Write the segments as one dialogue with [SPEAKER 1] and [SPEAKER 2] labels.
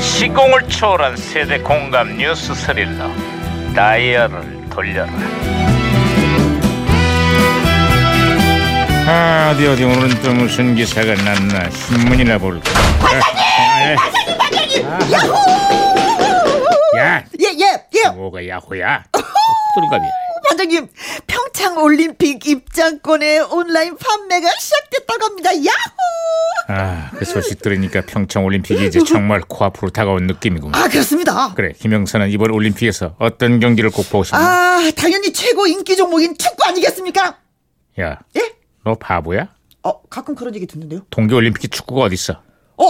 [SPEAKER 1] 시공을 초월한 세대 공감 뉴스 스릴러 다이얼을 돌려라 아 어디 어디 오늘은 또 무슨 기사가 났나 신문이나 볼까 반장님! 반장님! 야호!
[SPEAKER 2] 예, 예,
[SPEAKER 1] 야
[SPEAKER 2] 예.
[SPEAKER 1] 뭐가 야호야 뚜루갑이
[SPEAKER 2] 반장님, 평창 올림픽 입장권의 온라인 판매가 시작됐다고 합니다. 야호!
[SPEAKER 1] 아그 소식 들으니까 평창올림픽이 이제 정말 코앞으로 다가온 느낌이구만
[SPEAKER 2] 아, 그렇습니다.
[SPEAKER 1] 그래 김영선은 이번 올림픽에서 어떤 경기를 꼭 보고 싶니
[SPEAKER 2] 아, 당연히 최고 인기 종목인 축구 아니겠습니까?
[SPEAKER 1] 야,
[SPEAKER 2] 예?
[SPEAKER 1] 너 바보야?
[SPEAKER 2] 어, 가끔 그런 얘기 듣는데요.
[SPEAKER 1] 동계올림픽에 축구가 어딨어?
[SPEAKER 2] 어,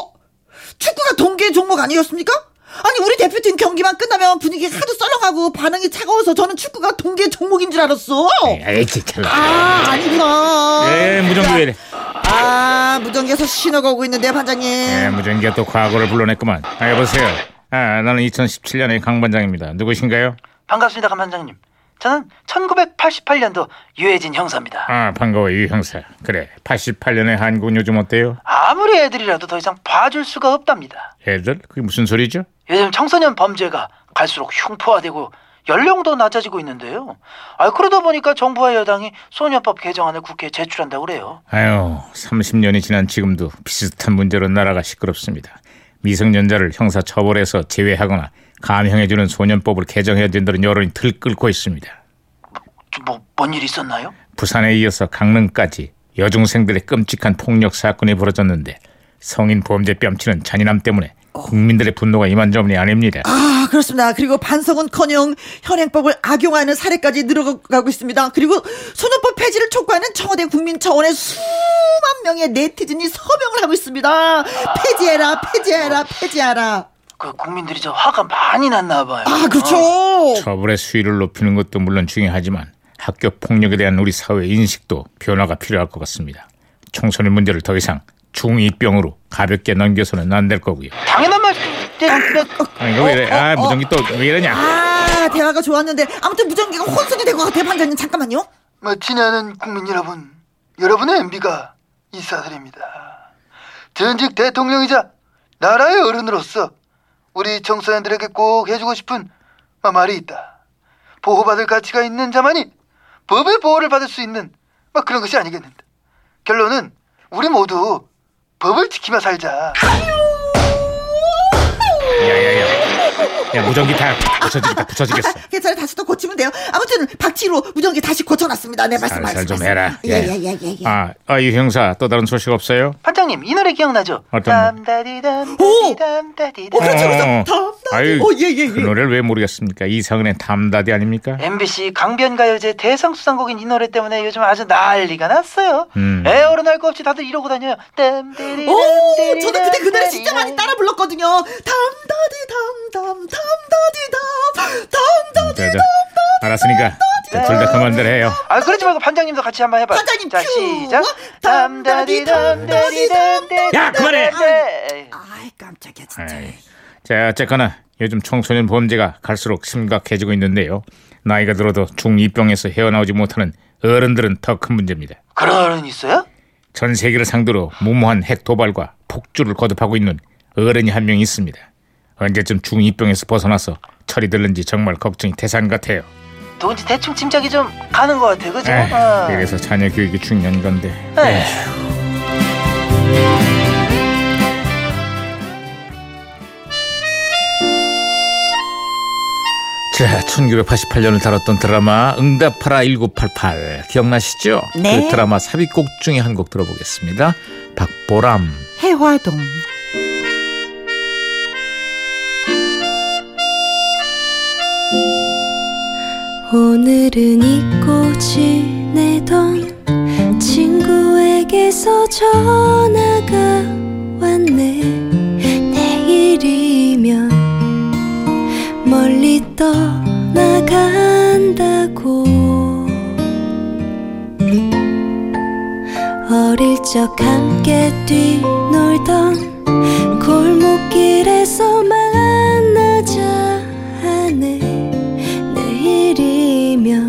[SPEAKER 2] 축구가 동계 종목 아니었습니까? 아니, 우리 대표팀 경기만 끝나면 분위기가 하도 썰렁하고 반응이 차가워서 저는 축구가 동계 종목인 줄 알았어.
[SPEAKER 1] 에이, 예, 진짜.
[SPEAKER 2] 아, 아니구나.
[SPEAKER 1] 에이, 무전기 왜 이래?
[SPEAKER 2] 아, 무전기에서 신호가 오고 있는데, 반장님.
[SPEAKER 1] 에이, 예, 무전기가 또 과거를 불러냈구만. 아, 여보세요. 아, 나는 2017년의 강반장입니다. 누구신가요?
[SPEAKER 3] 반갑습니다, 감사장님. 저는 1988년도 유해진 형사입니다.
[SPEAKER 1] 아, 반가워, 유 형사. 그래, 88년의 한국은 요즘 어때요?
[SPEAKER 3] 아무리 애들이라도 더 이상 봐줄 수가 없답니다.
[SPEAKER 1] 애들? 그게 무슨 소리죠?
[SPEAKER 3] 요즘 청소년 범죄가 갈수록 흉포화되고 연령도 낮아지고 있는데요. 아 그러다 보니까 정부와 여당이 소년법 개정안을 국회에 제출한다고 그래요.
[SPEAKER 1] 아유, 30년이 지난 지금도 비슷한 문제로 나라가 시끄럽습니다. 미성년자를 형사 처벌해서 제외하거나 감형해주는 소년법을 개정해야 된다는 여론이 들끓고 있습니다.
[SPEAKER 3] 저 뭐, 뭔 일이 있었나요?
[SPEAKER 1] 부산에 이어서 강릉까지 여중생들의 끔찍한 폭력 사건이 벌어졌는데 성인 범죄 뺨치는 잔인함 때문에 국민들의 분노가 이만저만이 아닙니다.
[SPEAKER 2] 아, 그렇습니다. 그리고 반성은커녕 현행법을 악용하는 사례까지 늘어가고 있습니다. 그리고 소년법 폐지를 촉구하는 청와대 국민 차원의 수만 명의 네티즌이 서명을 하고 있습니다. 폐지해라, 폐지해라, 폐지하라.
[SPEAKER 3] 그 국민들이 저 화가 많이 났나 봐요.
[SPEAKER 2] 아,
[SPEAKER 3] 어,
[SPEAKER 2] 그렇죠.
[SPEAKER 1] 처벌의 수위를 높이는 것도 물론 중요하지만 학교 폭력에 대한 우리 사회의 인식도 변화가 필요할 것 같습니다. 청소년 문제를 더 이상 중이병으로 가볍게 넘겨서는 안 될 거고요.
[SPEAKER 3] 당연한 말.
[SPEAKER 1] 아, 이거 왜 이래? 아, 무전기 또 왜 이러냐?
[SPEAKER 2] 아, 대화가 좋았는데 아무튼 무전기가 혼선이 된 것 같아요, 반장님. 잠깐만요.
[SPEAKER 3] 뭐, 지나는 국민 여러분, 여러분의 MB가 인사드립니다. 전직 대통령이자 나라의 어른으로서 우리 청소년들에게 꼭 해주고 싶은 마- 말이 있다. 보호받을 가치가 있는 자만이 법의 보호를 받을 수 있는 막 그런 것이 아니겠는가. 결론은 우리 모두 법을 지키며 살자.
[SPEAKER 1] 야야야. 야, 무전기 다 부서지겠다. 부서지겠어.
[SPEAKER 2] 괜찮아요. 그 다시 또 고치면 돼요. 아무튼 박치로 무전기 다시 고쳐놨습니다. 네, 말씀, 말씀.
[SPEAKER 1] 살살 좀
[SPEAKER 2] 말씀.
[SPEAKER 1] 해라.
[SPEAKER 2] 예, 예, 예, 예. 예.
[SPEAKER 1] 아, 아, 이 형사 또 다른 소식 없어요?
[SPEAKER 3] 판장님 이 노래 기억나죠?
[SPEAKER 1] 어떤
[SPEAKER 2] 오!
[SPEAKER 3] 담다디담다디담
[SPEAKER 2] 어, 그렇죠, 그렇죠.
[SPEAKER 1] 어, 어.
[SPEAKER 2] 담다디.
[SPEAKER 1] 아유,
[SPEAKER 2] 어, 예, 예, 예.
[SPEAKER 1] 그 노래를 왜 모르겠습니까? 이상은의 담다디 아닙니까?
[SPEAKER 3] MBC 강변가요제 대상수상곡인 이 노래 때문에 요즘 아주 난리가 났어요.
[SPEAKER 1] 음.
[SPEAKER 3] 애 어른 할 거 없이 다들 이러고 다녀요. 땀디리
[SPEAKER 2] 오,
[SPEAKER 3] 땀디리
[SPEAKER 2] 저도 그때 그 노래
[SPEAKER 3] 땀디리
[SPEAKER 2] 진짜 많이 따라 불렀거든요. 담다디 담담 담다디 담 담다디.
[SPEAKER 1] 어, 자, 자, 알았으니까 둘 다 그만들 해요.
[SPEAKER 3] 아 그러지 말고 반장님도 같이 한번 해봐요.
[SPEAKER 2] 반장님,
[SPEAKER 3] 자
[SPEAKER 2] 큐.
[SPEAKER 3] 시작. 땀다디 땀다디 땀다디
[SPEAKER 1] 야, 그만해.
[SPEAKER 3] 땀다디.
[SPEAKER 2] 아이 깜짝이야 진짜.
[SPEAKER 1] 에이. 자, 어쨌거나 요즘 청소년 범죄가 갈수록 심각해지고 있는데요. 나이가 들어도 중이병에서 헤어나오지 못하는 어른들은 더 큰 문제입니다.
[SPEAKER 3] 그런 어른 있어요?
[SPEAKER 1] 전 세계를 상대로 무모한 핵 도발과 폭주를 거듭하고 있는 어른이 한 명 있습니다. 언제쯤 중이병에서 벗어나서 철이 들는지 정말 걱정이 태산 같아요.
[SPEAKER 3] 누군지 대충 짐작이 좀 가는 것 같아, 네. 그죠?
[SPEAKER 1] 에휴,
[SPEAKER 3] 어.
[SPEAKER 1] 그래서 자녀 교육이 중요한 건데.
[SPEAKER 3] 에휴.
[SPEAKER 1] 자, 1988년을 다뤘던 드라마 응답하라 1988 기억나시죠?
[SPEAKER 2] 네.
[SPEAKER 1] 그 드라마 삽입곡 중에 한 곡 들어보겠습니다. 박보람.
[SPEAKER 2] 해화동.
[SPEAKER 4] 오늘은 잊고 지내던 친구에게서 전화가 왔네 내일이면 멀리 떠나간다고 어릴 적 함께 뛰놀던 골목길에서 만나자 하네 내일이면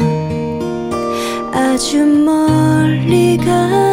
[SPEAKER 4] 아주 멀리 가